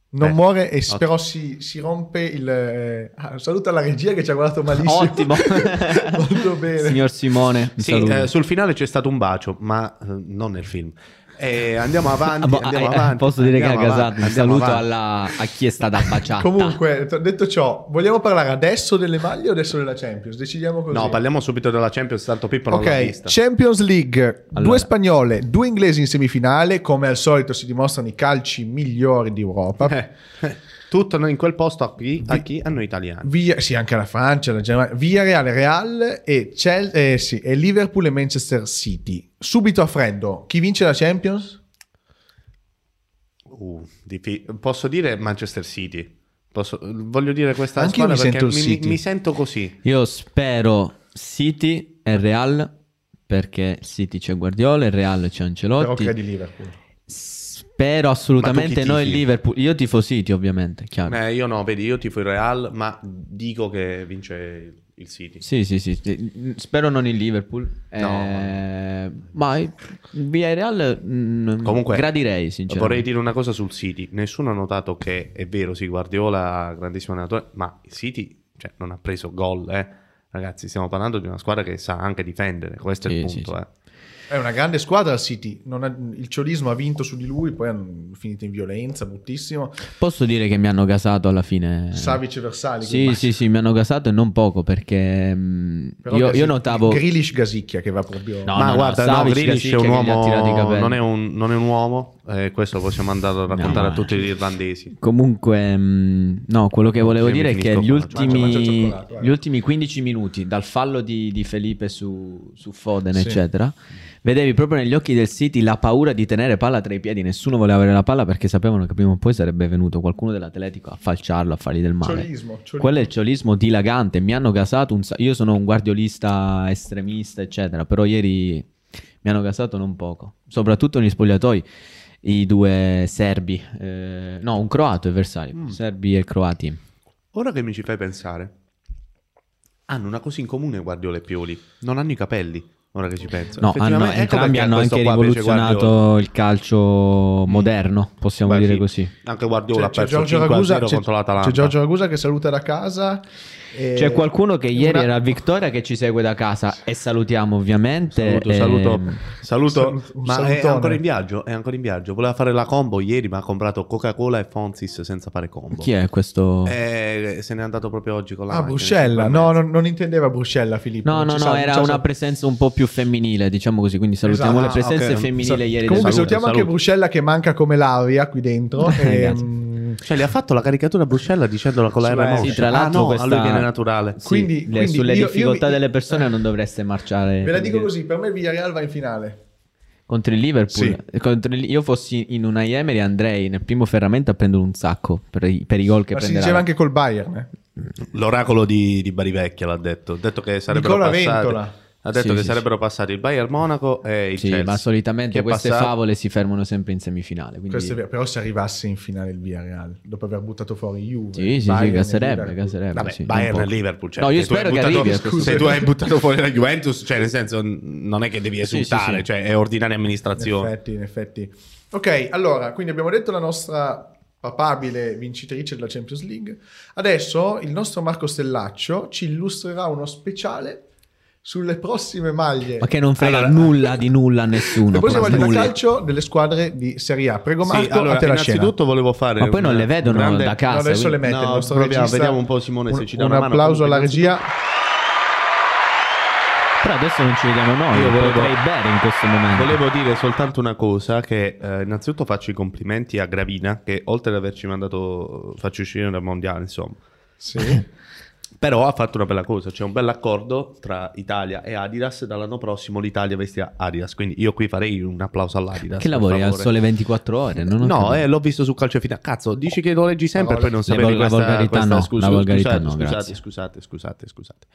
Speaker 1: Non
Speaker 2: Eh,
Speaker 1: muore, e s-
Speaker 2: ottimo.
Speaker 1: però si, si rompe il... eh, ah, saluta la regia che ci ha guardato malissimo.
Speaker 3: Ottimo.
Speaker 1: Molto bene.
Speaker 3: Signor Simone, un
Speaker 2: Sì,
Speaker 3: saluto.
Speaker 2: eh, sul finale c'è stato un bacio, ma eh, non nel film. Eh, andiamo avanti,
Speaker 3: Ah, boh,
Speaker 2: andiamo
Speaker 3: eh, eh,
Speaker 2: avanti.
Speaker 3: Posso dire
Speaker 2: andiamo
Speaker 3: che ha gasato.
Speaker 2: avanti,
Speaker 3: Un
Speaker 2: andiamo
Speaker 3: saluto
Speaker 2: avanti.
Speaker 3: alla- a chi è stata baciata.
Speaker 1: Comunque, t- detto ciò, vogliamo parlare adesso delle maglie o adesso della Champions? Decidiamo così.
Speaker 2: No, parliamo subito della Champions, tanto Pippo non l'ha
Speaker 1: Ok,
Speaker 2: vista.
Speaker 1: Champions League,
Speaker 3: Allora.
Speaker 1: due spagnole, due inglesi in semifinale, come al solito si dimostrano i calci migliori d'Europa.
Speaker 2: Eh, eh, Tutto in quel posto a chi? A, chi? a noi italiani.
Speaker 1: Via, sì, anche la Francia, la Germania, via Real, Real e, Chel- eh, sì, e Liverpool e Manchester City. Subito a freddo, chi vince la Champions?
Speaker 2: Uh, difi- posso dire Manchester City. Posso- voglio dire questa
Speaker 1: Anch'io
Speaker 2: squadra
Speaker 1: mi
Speaker 2: perché
Speaker 1: sento il
Speaker 2: mi, mi-
Speaker 1: City.
Speaker 2: mi sento così.
Speaker 3: Io spero City e Real perché City c'è Guardiola, il Real c'è
Speaker 1: Però
Speaker 3: Ancelotti.
Speaker 1: credi Liverpool.
Speaker 3: Spero assolutamente
Speaker 2: Ma tu chi
Speaker 3: noi il
Speaker 2: tifi?
Speaker 3: Liverpool. Io tifo City ovviamente, chiaro.
Speaker 2: Eh, io no, vedi, io tifo il Real, ma dico che vince il, il City.
Speaker 3: Sì, sì, sì, sì. Spero non il Liverpool.
Speaker 2: No.
Speaker 3: Eh, ma il Villarreal mm,
Speaker 2: Comunque,
Speaker 3: gradirei, sinceramente.
Speaker 2: Vorrei dire una cosa sul City. Nessuno ha notato che è vero, sì, Guardiola, grandissimo allenatore, ma il City cioè, non ha preso gol. eh. Ragazzi, stiamo parlando di una squadra che sa anche difendere. Questo è il
Speaker 3: Sì, sì,
Speaker 2: punto.
Speaker 3: sì.
Speaker 2: eh.
Speaker 1: È una grande squadra il City, non ha- il ciolismo ha vinto su di lui, poi è finito in violenza, bruttissimo.
Speaker 3: Posso dire che mi hanno gasato alla fine.
Speaker 1: Savic e Versali.
Speaker 3: Sì, sì, sì, mi hanno gasato e non poco perché mm, io, io notavo...
Speaker 1: Grilish Gasicchia che va proprio...
Speaker 3: No,
Speaker 2: ma
Speaker 3: no,
Speaker 2: guarda, no,
Speaker 3: Savic,
Speaker 2: Grealish è
Speaker 3: Gasicchia
Speaker 2: un
Speaker 3: che gli ha tirato i
Speaker 2: uomo,
Speaker 3: capelli.
Speaker 2: non è un, non è un uomo, eh, questo possiamo andare a raccontare a
Speaker 3: ma-
Speaker 2: tutti gli irlandesi.
Speaker 3: Comunque, mh, no, quello che volevo
Speaker 2: Sì, mi
Speaker 3: dire è che
Speaker 2: finisco qua.
Speaker 3: gli ultimi,
Speaker 1: Mangia, mangia il cioccolato, vai.
Speaker 3: gli ultimi 15 minuti, dal fallo di, di Felipe su, su Foden,
Speaker 1: Sì.
Speaker 3: eccetera, vedevi proprio negli occhi del City la paura di tenere palla tra i piedi. Nessuno voleva avere la palla perché sapevano che prima o poi sarebbe venuto qualcuno dell'Atletico a falciarlo, a fargli del male.
Speaker 1: Ciolismo, ciolismo.
Speaker 3: Quello è il ciolismo dilagante. Mi hanno gasato un sa- Io sono un guardiolista estremista, eccetera. Però ieri mi hanno gasato non poco. Soprattutto negli spogliatoi. I due serbi, eh, no, un croato e Versali,
Speaker 2: Mm.
Speaker 3: serbi e croati.
Speaker 2: Ora che mi ci fai pensare, hanno una cosa in comune Guardiola e Pioli, non hanno i capelli, ora che ci penso.
Speaker 3: No, hanno,
Speaker 2: Effettivamente, ecco
Speaker 3: entrambi
Speaker 2: perché
Speaker 3: hanno
Speaker 2: questo
Speaker 3: anche
Speaker 2: qua fece Guardiola.
Speaker 3: rivoluzionato il calcio moderno, possiamo
Speaker 2: Beh,
Speaker 3: dire
Speaker 2: sì.
Speaker 3: così.
Speaker 2: Anche
Speaker 1: C'è-
Speaker 2: Guardiola
Speaker 1: c'è
Speaker 2: ha perso
Speaker 1: Giorgio
Speaker 2: 5
Speaker 1: Ragusa,
Speaker 2: 0
Speaker 1: c'è-
Speaker 2: contro l'Atalanta.
Speaker 1: c'è Giorgio Ragusa che saluta da casa.
Speaker 2: Eh,
Speaker 1: e-
Speaker 3: C'è qualcuno che ieri
Speaker 1: una-
Speaker 3: era a Vittoria che ci segue da casa e salutiamo ovviamente. ehm,
Speaker 2: Saluto,
Speaker 3: e-
Speaker 2: saluto, saluto.
Speaker 1: Saluto- un
Speaker 2: ma è
Speaker 1: salutone.
Speaker 2: ancora in viaggio, è ancora in viaggio. Voleva fare la combo ieri, ma ha comprato Coca-Cola e Fonsis senza fare combo.
Speaker 3: Chi è questo?
Speaker 2: Eh, se n'è andato proprio oggi con la
Speaker 1: Ah,
Speaker 2: macchina,
Speaker 1: Bruscella.
Speaker 2: cinque e
Speaker 1: No,
Speaker 2: mezza.
Speaker 1: non, non intendeva Bruscella, Filippo.
Speaker 3: No,
Speaker 1: non
Speaker 3: no,
Speaker 1: ci
Speaker 3: no,
Speaker 1: sa-
Speaker 3: era
Speaker 1: non ci
Speaker 3: una
Speaker 1: sa-
Speaker 3: presenza un po' più femminile, diciamo così, quindi salutiamo
Speaker 1: Esatto.
Speaker 3: le
Speaker 2: Ah,
Speaker 3: presenze
Speaker 2: ok.
Speaker 3: femminile ieri.
Speaker 1: Comunque
Speaker 3: del
Speaker 2: Salute,
Speaker 1: salutiamo anche
Speaker 2: salute.
Speaker 1: Bruscella che manca come l'aria qui dentro.
Speaker 3: Eh,
Speaker 1: e,
Speaker 3: grazie.
Speaker 1: mm,
Speaker 2: Cioè, le ha fatto la caricatura a Bruscella dicendola con la
Speaker 1: Sulla-
Speaker 2: R
Speaker 1: Sì,
Speaker 2: mossa.
Speaker 3: tra l'altro
Speaker 2: ah, no,
Speaker 3: questa-
Speaker 2: a lui viene naturale.
Speaker 3: Sì,
Speaker 1: Quindi-
Speaker 3: le-
Speaker 1: quindi
Speaker 3: sulle
Speaker 1: io- io
Speaker 3: difficoltà
Speaker 1: mi-
Speaker 3: delle persone non dovreste marciare.
Speaker 1: Ve la
Speaker 3: per
Speaker 1: dico
Speaker 3: dire.
Speaker 1: così, per me Villarreal va in finale.
Speaker 3: Contro il Liverpool, contro il- io fossi in una Emery andrei nel primo ferramenta a prendere un sacco per i, per i gol che
Speaker 1: Ma si
Speaker 3: prenderà.
Speaker 1: diceva anche col Bayern. eh.
Speaker 2: L'oracolo di, di Barivecchia l'ha detto. Ha detto che sarebbero
Speaker 1: Nicola
Speaker 2: passati.
Speaker 1: Ventola.
Speaker 2: Ha detto
Speaker 3: Sì,
Speaker 2: che
Speaker 3: sì,
Speaker 2: sarebbero passati il Bayern Monaco e il
Speaker 3: Sì,
Speaker 1: cioè,
Speaker 2: Chelsea.
Speaker 3: ma solitamente
Speaker 2: Che
Speaker 3: queste
Speaker 2: passa-
Speaker 3: favole si fermano sempre in semifinale. Quindi...
Speaker 1: Questo è vero, Però se arrivasse in finale il Villarreal, dopo aver buttato fuori Juve,
Speaker 3: Sì, sì, sì,
Speaker 1: Bayern e
Speaker 3: gasserebbe,
Speaker 1: Liverpool.
Speaker 3: gasserebbe.
Speaker 2: Eh, Vabbè,
Speaker 3: sì,
Speaker 2: Bayern
Speaker 3: un
Speaker 2: e
Speaker 3: po'.
Speaker 2: Liverpool. Cioè,
Speaker 3: No, io
Speaker 2: se tu hai
Speaker 3: spero che
Speaker 2: buttato-
Speaker 3: arrivi a questo
Speaker 2: Se tu
Speaker 1: punto.
Speaker 2: hai buttato fuori la Juventus, cioè, nel senso, n- non è che devi
Speaker 3: Sì, sì,
Speaker 2: esultare,
Speaker 3: sì.
Speaker 2: cioè, è ordinaria
Speaker 1: In
Speaker 2: amministrazione.
Speaker 1: effetti, in effetti. Ok, allora, quindi abbiamo detto la nostra papabile vincitrice della Champions League. Adesso il nostro Marco Stellaccio ci illustrerà uno speciale sulle prossime maglie.
Speaker 3: Ma che non frega
Speaker 2: Allora-
Speaker 3: nulla di nulla a nessuno.
Speaker 1: e poi se
Speaker 3: proprio
Speaker 1: voglio il
Speaker 3: nulla.
Speaker 1: calcio delle squadre di Serie A. Prego Marco,
Speaker 2: Sì, allora,
Speaker 1: a te la scena.
Speaker 2: innanzitutto volevo fare.
Speaker 3: Ma poi non
Speaker 2: una
Speaker 3: le vedono
Speaker 2: grande-
Speaker 3: da casa.
Speaker 1: No, adesso le
Speaker 3: quindi-
Speaker 1: mette
Speaker 2: No,
Speaker 1: il nostro
Speaker 2: proviamo,
Speaker 1: regista.
Speaker 2: vediamo un po' Simone se
Speaker 1: Un-
Speaker 2: ci dà
Speaker 1: Un
Speaker 2: una mano.
Speaker 1: applauso alla
Speaker 2: Comunque,
Speaker 1: regia.
Speaker 3: Però adesso non ci vediamo noi.
Speaker 2: Io
Speaker 3: Io
Speaker 2: volevo-
Speaker 3: potrei bere in questo momento.
Speaker 2: Volevo dire soltanto una cosa che eh, innanzitutto faccio i complimenti a Gravina che oltre ad averci mandato faccio uscire dal mondiale, insomma.
Speaker 1: Sì.
Speaker 2: Però ha fatto una bella cosa, c'è un bel accordo tra Italia e Adidas dall'anno prossimo l'Italia vestirà Adidas, quindi io qui farei un applauso all'Adidas.
Speaker 3: Che
Speaker 2: per
Speaker 3: lavori al
Speaker 2: favore.
Speaker 3: sole 24 ore? Non ho
Speaker 2: No,
Speaker 3: capito.
Speaker 2: eh, l'ho visto su calcio finale. Cazzo, dici che lo leggi sempre e
Speaker 1: Parole.
Speaker 2: poi non
Speaker 3: Le
Speaker 2: sapevi
Speaker 3: vol- la
Speaker 2: questa,
Speaker 3: volgarità
Speaker 2: questa-
Speaker 3: no,
Speaker 2: scusa-
Speaker 3: la volgarità
Speaker 2: scusate,
Speaker 3: no,
Speaker 2: scusate,
Speaker 3: grazie.
Speaker 2: scusate, scusate, scusate.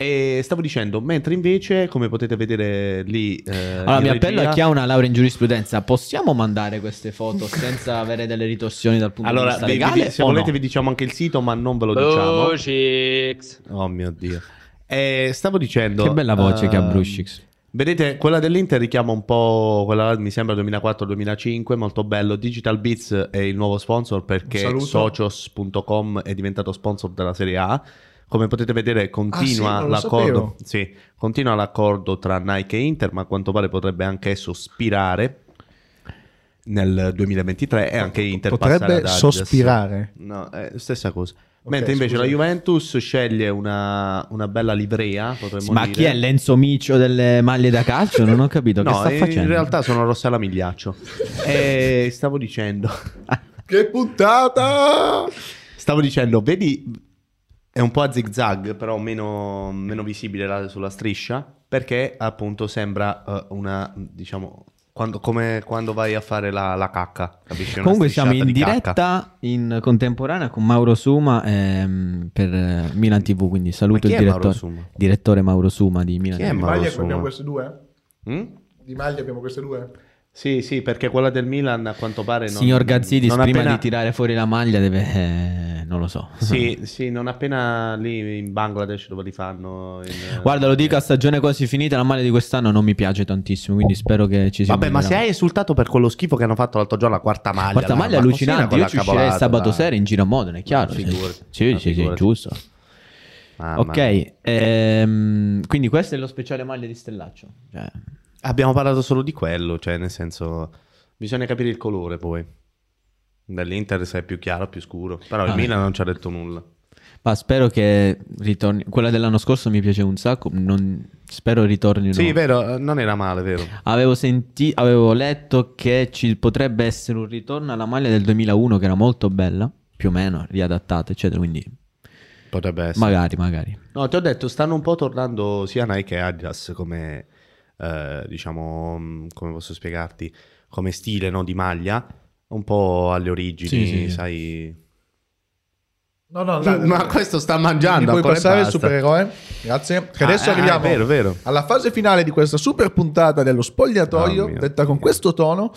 Speaker 2: E stavo dicendo, mentre invece, come potete vedere lì eh,
Speaker 3: Allora,
Speaker 2: in
Speaker 3: mi appello
Speaker 2: regia-
Speaker 3: a chi ha una laurea in giurisprudenza. Possiamo mandare queste foto senza avere delle ritorsioni dal punto di
Speaker 2: Allora,
Speaker 3: vista
Speaker 2: vi- vi-
Speaker 3: legale?
Speaker 2: se
Speaker 3: o
Speaker 2: volete
Speaker 3: no?
Speaker 2: vi diciamo anche il sito, ma non ve lo diciamo.
Speaker 5: Lucix.
Speaker 2: Oh mio Dio. Eh, stavo dicendo...
Speaker 3: Che bella voce che ha
Speaker 2: ehm,
Speaker 3: Brushix.
Speaker 2: Vedete, quella dell'Inter richiama un po' quella, mi sembra 2004-2005, molto bello. Digital Beats è il nuovo sponsor perché
Speaker 1: saluto.
Speaker 2: socios.com è diventato sponsor della Serie A. Come potete vedere continua,
Speaker 1: Ah, sì, non lo
Speaker 2: l'accordo,
Speaker 1: sapevo.
Speaker 2: sì, continua l'accordo tra Nike e Inter, ma a quanto pare potrebbe anche sospirare nel 2023 e anche Inter passerà ad
Speaker 1: Potrebbe
Speaker 2: Adidas.
Speaker 1: sospirare.
Speaker 2: No, è stessa cosa.
Speaker 1: Ok,
Speaker 2: Mentre invece
Speaker 1: scusa.
Speaker 2: la Juventus sceglie una, una bella livrea, potremmo
Speaker 3: Sì, ma
Speaker 2: dire.
Speaker 3: chi è Lenzo Micio delle maglie da calcio? Non ho capito che
Speaker 2: No,
Speaker 3: sta
Speaker 2: eh,
Speaker 3: facendo. Eh,
Speaker 2: in realtà sono Rossella Migliaccio. e stavo dicendo,
Speaker 1: Che puntata!
Speaker 2: stavo dicendo, vedi, è un po' a zig zag, però meno, meno visibile là sulla striscia, perché appunto sembra eh, una, diciamo, quando, come quando vai a fare la, la cacca, capisci? Una
Speaker 3: Comunque siamo
Speaker 2: strisciata
Speaker 3: in
Speaker 2: di cacca.
Speaker 3: diretta in contemporanea con Mauro Suma ehm, per eh, Milan TV, quindi saluto
Speaker 2: Ma chi
Speaker 3: il
Speaker 2: è Mauro
Speaker 3: direttore,
Speaker 2: Suma?
Speaker 3: direttore Mauro Suma di Milan
Speaker 2: Chi
Speaker 3: TV.
Speaker 1: Di
Speaker 2: è Eh, Ma lo
Speaker 1: maglia
Speaker 2: so.
Speaker 1: abbiamo queste due?
Speaker 2: Mm?
Speaker 1: Di maglia abbiamo queste due?
Speaker 2: Sì, sì, perché quella del Milan a quanto pare... non-
Speaker 3: Signor Gazzidis,
Speaker 2: non
Speaker 3: prima
Speaker 2: appena-
Speaker 3: di tirare fuori la maglia deve... eh, non lo so.
Speaker 2: Sì, sì, non appena lì in Bangladesh dove li fanno... in-
Speaker 3: Guarda, lo dico a stagione quasi finita, la maglia di quest'anno non mi piace tantissimo, quindi spero che ci sia...
Speaker 2: Vabbè, ma se hai esultato per quello schifo che hanno fatto l'altro giorno la quarta maglia.
Speaker 3: Quarta
Speaker 2: dai,
Speaker 3: maglia
Speaker 2: ma
Speaker 3: allucinante,
Speaker 2: considera
Speaker 3: io ci
Speaker 2: quella
Speaker 3: uscirei
Speaker 2: cavolata,
Speaker 3: sabato
Speaker 2: dai.
Speaker 3: sera in giro a Modena, è chiaro.
Speaker 2: Ma
Speaker 3: Sì,
Speaker 2: figurati,
Speaker 3: sì,
Speaker 2: ma
Speaker 3: sì, sì,
Speaker 2: figurati.
Speaker 3: giusto.
Speaker 2: Mamma mia.
Speaker 3: ok, ehm, quindi questo è lo speciale maglia di Stellaccio. Cioè,
Speaker 2: Abbiamo parlato solo di quello, cioè nel senso bisogna capire il colore poi. Dall'Inter se è più chiaro, più scuro, però il
Speaker 3: Ah.
Speaker 2: Milan non ci ha detto nulla.
Speaker 3: ma spero che ritorni... Quella dell'anno scorso mi piace un sacco, non- spero ritornino.
Speaker 2: Sì, vero, eh, non era male, vero.
Speaker 3: Avevo, senti- avevo letto che ci potrebbe essere un ritorno alla maglia del 2001 che era molto bella, più o meno, riadattata, eccetera, quindi
Speaker 2: Eh Potrebbe essere.
Speaker 3: magari, magari.
Speaker 2: No, ti ho detto, stanno un po' tornando sia Nike che Adidas come, eh, diciamo, mh, come posso spiegarti, come stile no, di maglia, un po' alle origini,
Speaker 3: Sì, sì, sì.
Speaker 2: sai...
Speaker 1: No, no,
Speaker 2: Ma questo sta mangiando
Speaker 1: Puoi
Speaker 2: ancora e
Speaker 1: passare il
Speaker 2: basta.
Speaker 1: supereroe? Grazie. Che
Speaker 2: Ah,
Speaker 1: adesso
Speaker 3: eh,
Speaker 2: ah,
Speaker 1: arriviamo
Speaker 2: è vero, è vero.
Speaker 1: alla fase finale di questa super puntata dello spogliatoio,
Speaker 2: Oh, mio
Speaker 1: detta con
Speaker 2: Dio.
Speaker 1: questo tono.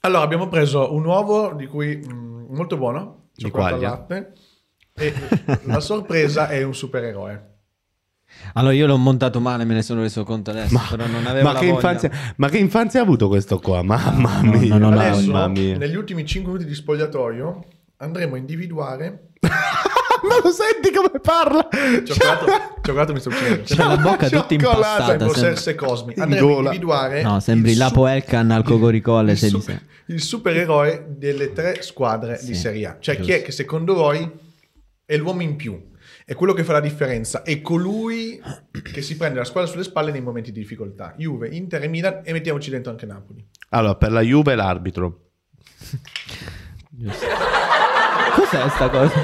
Speaker 1: allora, abbiamo preso un uovo di cui mh, molto buono,
Speaker 2: Di
Speaker 1: cioccolato al
Speaker 2: quaglia.
Speaker 1: latte, e la sorpresa è un supereroe.
Speaker 3: Allora io l'ho montato male, me ne sono reso conto adesso, però non avevo
Speaker 2: ma,
Speaker 3: la
Speaker 2: che
Speaker 3: voglia.
Speaker 2: infanzia, ma che infanzia ha avuto questo qua? Mamma
Speaker 3: No, no,
Speaker 2: mia.
Speaker 3: no, no,
Speaker 2: Adesso-
Speaker 1: Adesso,
Speaker 3: no.
Speaker 2: Oh, mamma mia.
Speaker 1: negli ultimi 5 minuti di spogliatoio, andremo a individuare...
Speaker 2: ma lo senti come parla? Cioè-
Speaker 1: Cioccolato, cioccolato mi sto uccidendo.
Speaker 3: C'ha la bocca tutta
Speaker 2: Cioccolata,
Speaker 1: Sai,
Speaker 3: impastata.
Speaker 1: Borserse
Speaker 3: sembra-
Speaker 1: Cosmi.
Speaker 2: In
Speaker 1: Andremo a
Speaker 2: gola.
Speaker 1: individuare
Speaker 3: No, sembri
Speaker 1: Eh, il
Speaker 3: la
Speaker 1: su-
Speaker 3: Poelcan al Cocorico alle
Speaker 1: il
Speaker 3: sei di
Speaker 1: super-
Speaker 3: sera.
Speaker 1: il supereroe delle tre squadre di
Speaker 3: Sì,
Speaker 1: Serie A. Cioè,
Speaker 3: giusto.
Speaker 1: chi è che secondo voi è l'uomo in più? È quello che fa la differenza. È colui che si prende la squadra sulle spalle nei momenti di difficoltà. Juve, Inter e Milan e mettiamoci dentro anche Napoli.
Speaker 2: Allora, per la Juve l'arbitro.
Speaker 3: Giusto. Cos'è sta cosa?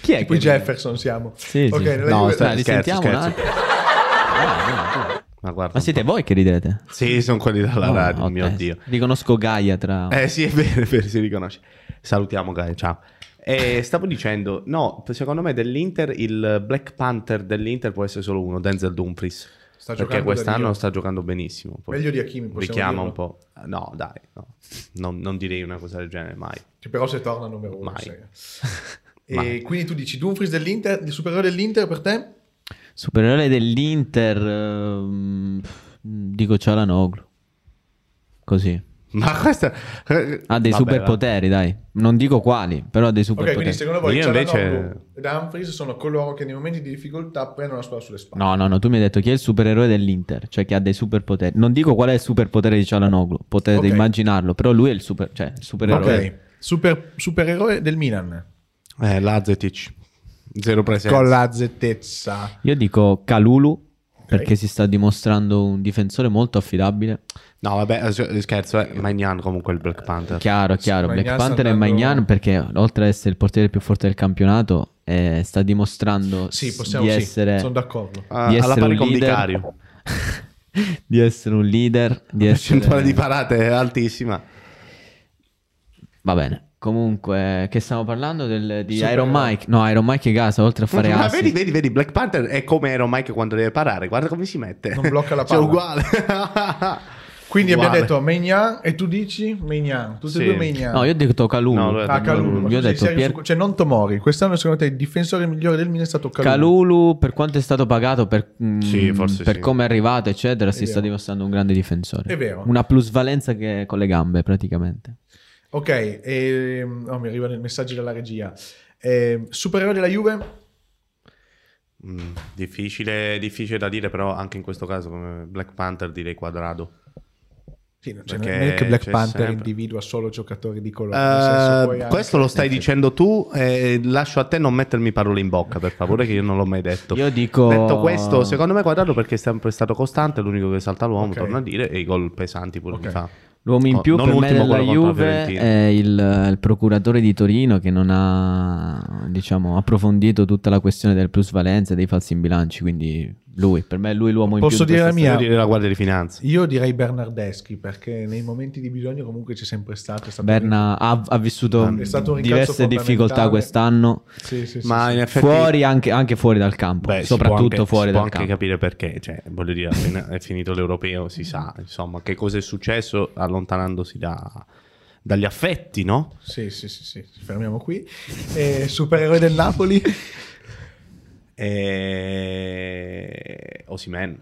Speaker 3: Chi è
Speaker 1: Tipo
Speaker 3: che...
Speaker 1: i Jefferson siamo.
Speaker 3: Sì, sì.
Speaker 1: Ok, nella
Speaker 2: No,
Speaker 1: Juve-
Speaker 2: stai-
Speaker 3: Dai, li
Speaker 2: scherzo,
Speaker 3: sentiamo
Speaker 2: scherzo.
Speaker 3: un attimo. Ah, no, no.
Speaker 2: Ma guarda.
Speaker 3: Ma siete voi che ridete?
Speaker 2: Sì, sono quelli dalla
Speaker 3: No,
Speaker 2: radio,
Speaker 3: ok.
Speaker 2: mio Dio.
Speaker 3: Riconosco Gaia tra...
Speaker 2: Eh sì, è vero, è vero, si riconosce. Salutiamo, Gaia, ciao. E stavo dicendo, no, secondo me dell'Inter, il Black Panther dell'Inter può essere solo uno, Denzel Dumfries.
Speaker 1: Sta
Speaker 2: perché
Speaker 1: giocando da
Speaker 2: quest'anno
Speaker 1: Dio.
Speaker 2: sta giocando benissimo. Poi
Speaker 1: Meglio di Hakimi, possiamo
Speaker 2: Richiama
Speaker 1: dirlo.
Speaker 2: un po'. No, dai, no. Non, non direi una cosa del genere mai.
Speaker 1: Che però se torna numero uno.
Speaker 2: Mai.
Speaker 1: Serie.
Speaker 2: Mai.
Speaker 1: E quindi tu dici Dumfries dell'Inter, il supereroe dell'Inter per te?
Speaker 3: Superiore dell'Inter... ehm, dico Cialanoglu. Così.
Speaker 2: Ma questa...
Speaker 3: Ha dei superpoteri, dai. Non dico quali, però ha dei
Speaker 1: Ok, quindi
Speaker 3: superpoteri.
Speaker 1: secondo voi
Speaker 2: Io
Speaker 1: Cialanoglu
Speaker 2: invece-
Speaker 1: ed Humphries sono coloro che nei momenti di difficoltà prendono la spada sulle spalle.
Speaker 3: No, no, no, tu mi hai detto chi è il supereroe dell'Inter, cioè che ha dei superpoteri. Non dico qual è il superpotere di Cialanoglu, potete
Speaker 1: Ok.
Speaker 3: immaginarlo, però lui è il, super, cioè, il supereroe.
Speaker 1: ok, Super- supereroe del Milan.
Speaker 2: Eh, Lazetic. Zero presenza.
Speaker 1: Con la zettezza.
Speaker 3: Io dico Calulu, perché si sta dimostrando un difensore molto affidabile.
Speaker 2: No, vabbè, eh, scherzo, eh. Magnan comunque il Black Panther.
Speaker 3: Chiaro, chiaro.
Speaker 1: Magnan
Speaker 3: Black
Speaker 1: sta
Speaker 3: Panther e
Speaker 1: andando-
Speaker 3: Magnan, perché oltre ad essere il portiere più forte del campionato, eh, sta dimostrando
Speaker 1: Sì,
Speaker 3: s-
Speaker 1: possiamo
Speaker 3: di
Speaker 1: sì,
Speaker 3: essere...
Speaker 1: sono d'accordo.
Speaker 2: Ah,
Speaker 3: di
Speaker 2: alla
Speaker 3: essere
Speaker 2: pari
Speaker 3: un
Speaker 2: con
Speaker 3: leader.
Speaker 2: Vicario.
Speaker 3: di essere un leader, di
Speaker 2: Percentuale
Speaker 3: essere...
Speaker 2: di parate è altissima.
Speaker 3: Va bene. Comunque, che stiamo parlando del- di
Speaker 1: Supereroe.
Speaker 3: Iron Mike? No, Iron Mike e Gaza, oltre a fare
Speaker 2: Ma
Speaker 3: assist.
Speaker 2: vedi, vedi, vedi, Black Panther è come Iron Mike quando deve parare. Guarda come si mette.
Speaker 1: Non blocca la
Speaker 2: Cioè,
Speaker 1: palla.
Speaker 2: uguale.
Speaker 1: Quindi
Speaker 2: Uguale.
Speaker 1: abbiamo detto Maignan e tu dici Maignan. Tutti
Speaker 2: Sì.
Speaker 1: e due Maignan.
Speaker 3: No, io ho detto Calulu.
Speaker 2: No, lui ha
Speaker 1: Ah, Calulu. Ma
Speaker 3: Io ho
Speaker 1: scusi,
Speaker 3: detto
Speaker 1: sei
Speaker 3: Pier-
Speaker 1: su- Cioè non Tomori. Quest'anno secondo te il difensore migliore del Milan è stato Calulu.
Speaker 3: Calulu, per quanto è stato pagato, per, mm,
Speaker 2: Sì, forse
Speaker 3: per
Speaker 2: sì.
Speaker 3: come è arrivato, eccetera, si
Speaker 1: È
Speaker 3: sta
Speaker 1: vero.
Speaker 3: dimostrando un grande difensore.
Speaker 1: È vero.
Speaker 3: Una plusvalenza che con le gambe, praticamente.
Speaker 1: Ok, e... oh, mi arrivano i messaggi dalla regia. Eh, supereroe della Juve?
Speaker 2: Mm, difficile, difficile da dire, però anche in questo caso come Black Panther direi quadrado.
Speaker 1: Sì, non, cioè, non è
Speaker 2: Perché
Speaker 1: che Black
Speaker 2: c'è
Speaker 1: Panther
Speaker 2: sempre.
Speaker 1: individua solo giocatori di colore. nel senso,
Speaker 2: Eh,
Speaker 1: poi anche-
Speaker 2: questo lo stai dicendo tu e lascio a te non mettermi parole in bocca per favore che io non l'ho mai detto.
Speaker 3: Io dico...
Speaker 2: Detto questo, secondo me quadrato perché è sempre stato costante, è l'unico che salta l'uomo,
Speaker 1: Ok.
Speaker 2: torno a dire, e i gol pesanti pure
Speaker 1: Ok.
Speaker 2: che fa.
Speaker 3: L'uomo in
Speaker 2: Oh,
Speaker 3: più
Speaker 2: non
Speaker 3: per me
Speaker 2: ultimo
Speaker 3: della
Speaker 2: quello contro la
Speaker 3: Juve
Speaker 2: Fiorentina.
Speaker 3: è il, il procuratore di Torino che non ha diciamo, approfondito tutta la questione del plusvalenza e dei falsi in bilanci, quindi lui, per me è lui l'uomo in
Speaker 1: Posso
Speaker 3: più. di
Speaker 1: dire la
Speaker 3: questa
Speaker 1: mia?
Speaker 2: Devo dire la Guardia di Finanza.
Speaker 1: Io direi Bernardeschi perché nei momenti di bisogno comunque c'è sempre stato. è stato-
Speaker 3: Berna ha, ha vissuto
Speaker 1: È stato un rincalzo
Speaker 3: diverse difficoltà
Speaker 1: fondamentale.
Speaker 3: quest'anno,
Speaker 1: Sì, sì, sì,
Speaker 2: Ma
Speaker 1: sì.
Speaker 2: in effetti...
Speaker 3: fuori anche, anche fuori dal campo,
Speaker 2: Beh, si
Speaker 3: soprattutto
Speaker 2: può anche-
Speaker 3: fuori
Speaker 2: si può
Speaker 3: dal
Speaker 2: anche
Speaker 3: campo.
Speaker 2: capire perché, cioè, voglio dire, appena è finito l'europeo si sa, insomma, che cosa è successo allontanandosi da- dagli affetti, no?
Speaker 1: Sì, sì, sì, sì, ci fermiamo qui. Eh, supereroe del Napoli?
Speaker 2: E... Osimen.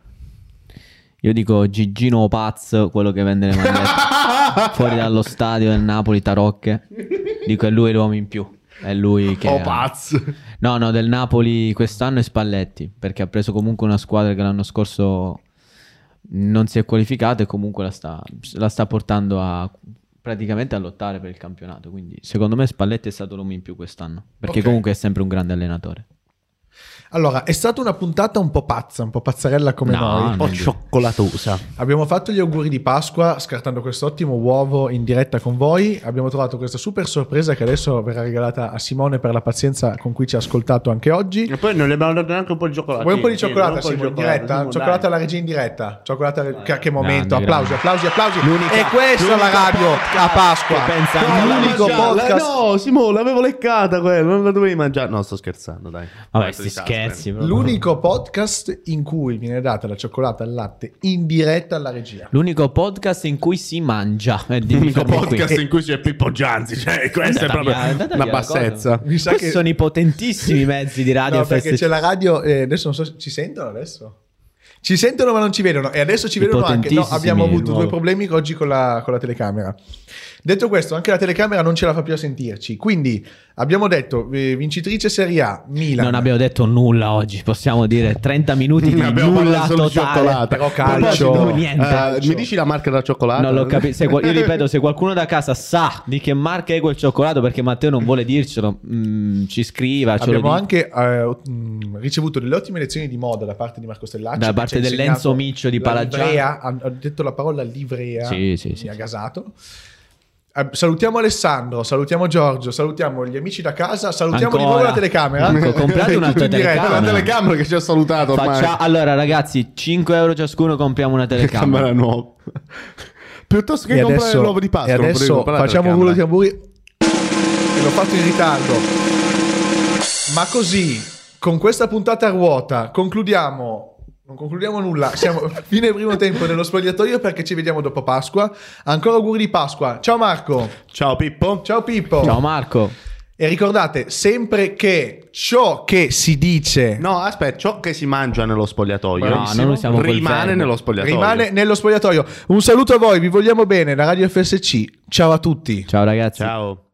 Speaker 3: Io dico Gigino Paz, quello che vende le magliette fuori dallo stadio del Napoli Tarocche. Dico è lui l'uomo in più. È lui che
Speaker 2: Oh,
Speaker 3: ha-
Speaker 2: pazzo.
Speaker 3: No, no, del Napoli quest'anno è Spalletti, perché ha preso comunque una squadra che l'anno scorso non si è qualificata e comunque la sta, la sta portando a praticamente a lottare per il campionato. Quindi secondo me Spalletti è stato l'uomo in più quest'anno, perché
Speaker 1: Ok.
Speaker 3: comunque è sempre un grande allenatore.
Speaker 1: Allora, è stata una puntata un po' pazza, un po' pazzarella come
Speaker 3: No,
Speaker 1: noi.
Speaker 2: Un
Speaker 3: non
Speaker 2: po'
Speaker 3: dire.
Speaker 2: cioccolatosa.
Speaker 1: Abbiamo fatto gli auguri di Pasqua scartando quest'ottimo uovo in diretta con voi. Abbiamo trovato questa super sorpresa che adesso verrà regalata a Simone per la pazienza con cui ci ha ascoltato anche oggi.
Speaker 2: E poi non le abbiamo dato neanche un po' di cioccolato.
Speaker 1: Vuoi un po' di cioccolata, Simone, in diretta? Cioccolata alla regia in diretta. Cioccolata alla- che, che momento,
Speaker 3: grande.
Speaker 1: applausi, applausi, applausi.
Speaker 3: L'unica-
Speaker 1: e questa è la
Speaker 3: l'unico
Speaker 1: radio a Pasqua.
Speaker 3: che pensa
Speaker 1: No,
Speaker 3: alla
Speaker 1: l'unico
Speaker 3: mangiata.
Speaker 1: podcast.
Speaker 2: No, Simone, l'avevo leccata quella, non la dovevi mangiare. No, sto scherzando, dai.
Speaker 3: Vabbè,
Speaker 2: Basta di
Speaker 3: sti scherzi. proprio.
Speaker 1: L'unico podcast in cui viene data la cioccolata al latte in diretta alla regia.
Speaker 3: L'unico podcast in cui si mangia. Eh, dimmi
Speaker 2: L'unico
Speaker 3: fermi qui.
Speaker 2: podcast in cui c'è Pippo Gianzi, cioè, questa è
Speaker 3: Andata
Speaker 2: proprio
Speaker 3: via, andata
Speaker 2: una
Speaker 3: via la
Speaker 2: bassezza.
Speaker 1: Mi sa
Speaker 3: Questi
Speaker 1: che-
Speaker 3: sono i potentissimi mezzi di radio
Speaker 1: No, perché
Speaker 3: FSC.
Speaker 1: c'è la radio. eh, adesso non so se ci sentono adesso. Ci sentono ma non ci vedono. E adesso ci
Speaker 3: I
Speaker 1: vedono anche. No,
Speaker 3: potentissimi
Speaker 1: abbiamo
Speaker 3: di
Speaker 1: avuto
Speaker 3: nuovo.
Speaker 1: due problemi oggi con la, con la telecamera. Detto questo, anche la telecamera non ce la fa più a sentirci. Quindi abbiamo detto eh, vincitrice Serie A, Milan.
Speaker 3: Non abbiamo detto nulla oggi, possiamo dire 30 minuti di
Speaker 2: Abbiamo
Speaker 3: nulla
Speaker 2: parlato solo di
Speaker 3: totale.
Speaker 2: cioccolata.
Speaker 1: però
Speaker 2: A
Speaker 1: calcio.
Speaker 2: proposito,
Speaker 3: Niente.
Speaker 2: eh,
Speaker 1: Calcio.
Speaker 2: mi dici la marca della cioccolata?
Speaker 3: Non l'ho capito. Se qual- io ripeto, se qualcuno da casa sa di che marca è quel cioccolato, perché Matteo non vuole dircelo, mm, ci scriva. ce lo
Speaker 1: Abbiamo
Speaker 3: dica.
Speaker 1: anche eh, mh, ricevuto delle ottime lezioni di moda da parte di Marco Stellacci.
Speaker 3: Da
Speaker 1: che
Speaker 3: parte
Speaker 1: ci ha
Speaker 3: dell'Enzo
Speaker 1: insegnato
Speaker 3: Miccio di
Speaker 1: la
Speaker 3: Palaggiano.
Speaker 1: livrea, Ha, ha detto la parola livrea.
Speaker 3: Sì, sì, sì,
Speaker 1: Mi ha
Speaker 3: sì.
Speaker 1: gasato. Eh, salutiamo Alessandro, salutiamo Giorgio, salutiamo gli amici da casa, salutiamo di nuovo
Speaker 3: Ancora.
Speaker 1: la telecamera.
Speaker 3: Ecco, comprate
Speaker 1: Tutti
Speaker 3: un'altra
Speaker 1: in diretta.
Speaker 3: telecamera.
Speaker 2: la telecamera che ci ha salutato ormai.
Speaker 3: Faccia- Allora, ragazzi, 5 euro ciascuno compriamo una telecamera.
Speaker 2: Camera nuova. Piuttosto che
Speaker 1: E
Speaker 2: comprare
Speaker 1: adesso,
Speaker 2: l'uovo di Pasqua.
Speaker 1: e
Speaker 2: non potevi
Speaker 1: adesso
Speaker 2: comprare la
Speaker 1: facciamo un
Speaker 2: telecamera.
Speaker 1: volo di tamburi. E l'ho fatto in ritardo. Ma così, con questa puntata a ruota, concludiamo. Non concludiamo nulla. Siamo fine primo tempo dello spogliatoio perché ci vediamo dopo Pasqua. Ancora auguri di Pasqua. Ciao Marco.
Speaker 2: Ciao Pippo.
Speaker 1: Ciao Pippo.
Speaker 3: Ciao Marco.
Speaker 1: E ricordate sempre che ciò che si dice
Speaker 2: No, aspetta, ciò che si mangia nello spogliatoio
Speaker 3: No, non lo usiamo quel
Speaker 2: rimane
Speaker 3: verbo.
Speaker 2: nello spogliatoio.
Speaker 1: rimane nello spogliatoio. Un saluto a voi, vi vogliamo bene, la Radio FSC. Ciao a tutti.
Speaker 3: Ciao ragazzi.
Speaker 2: Ciao.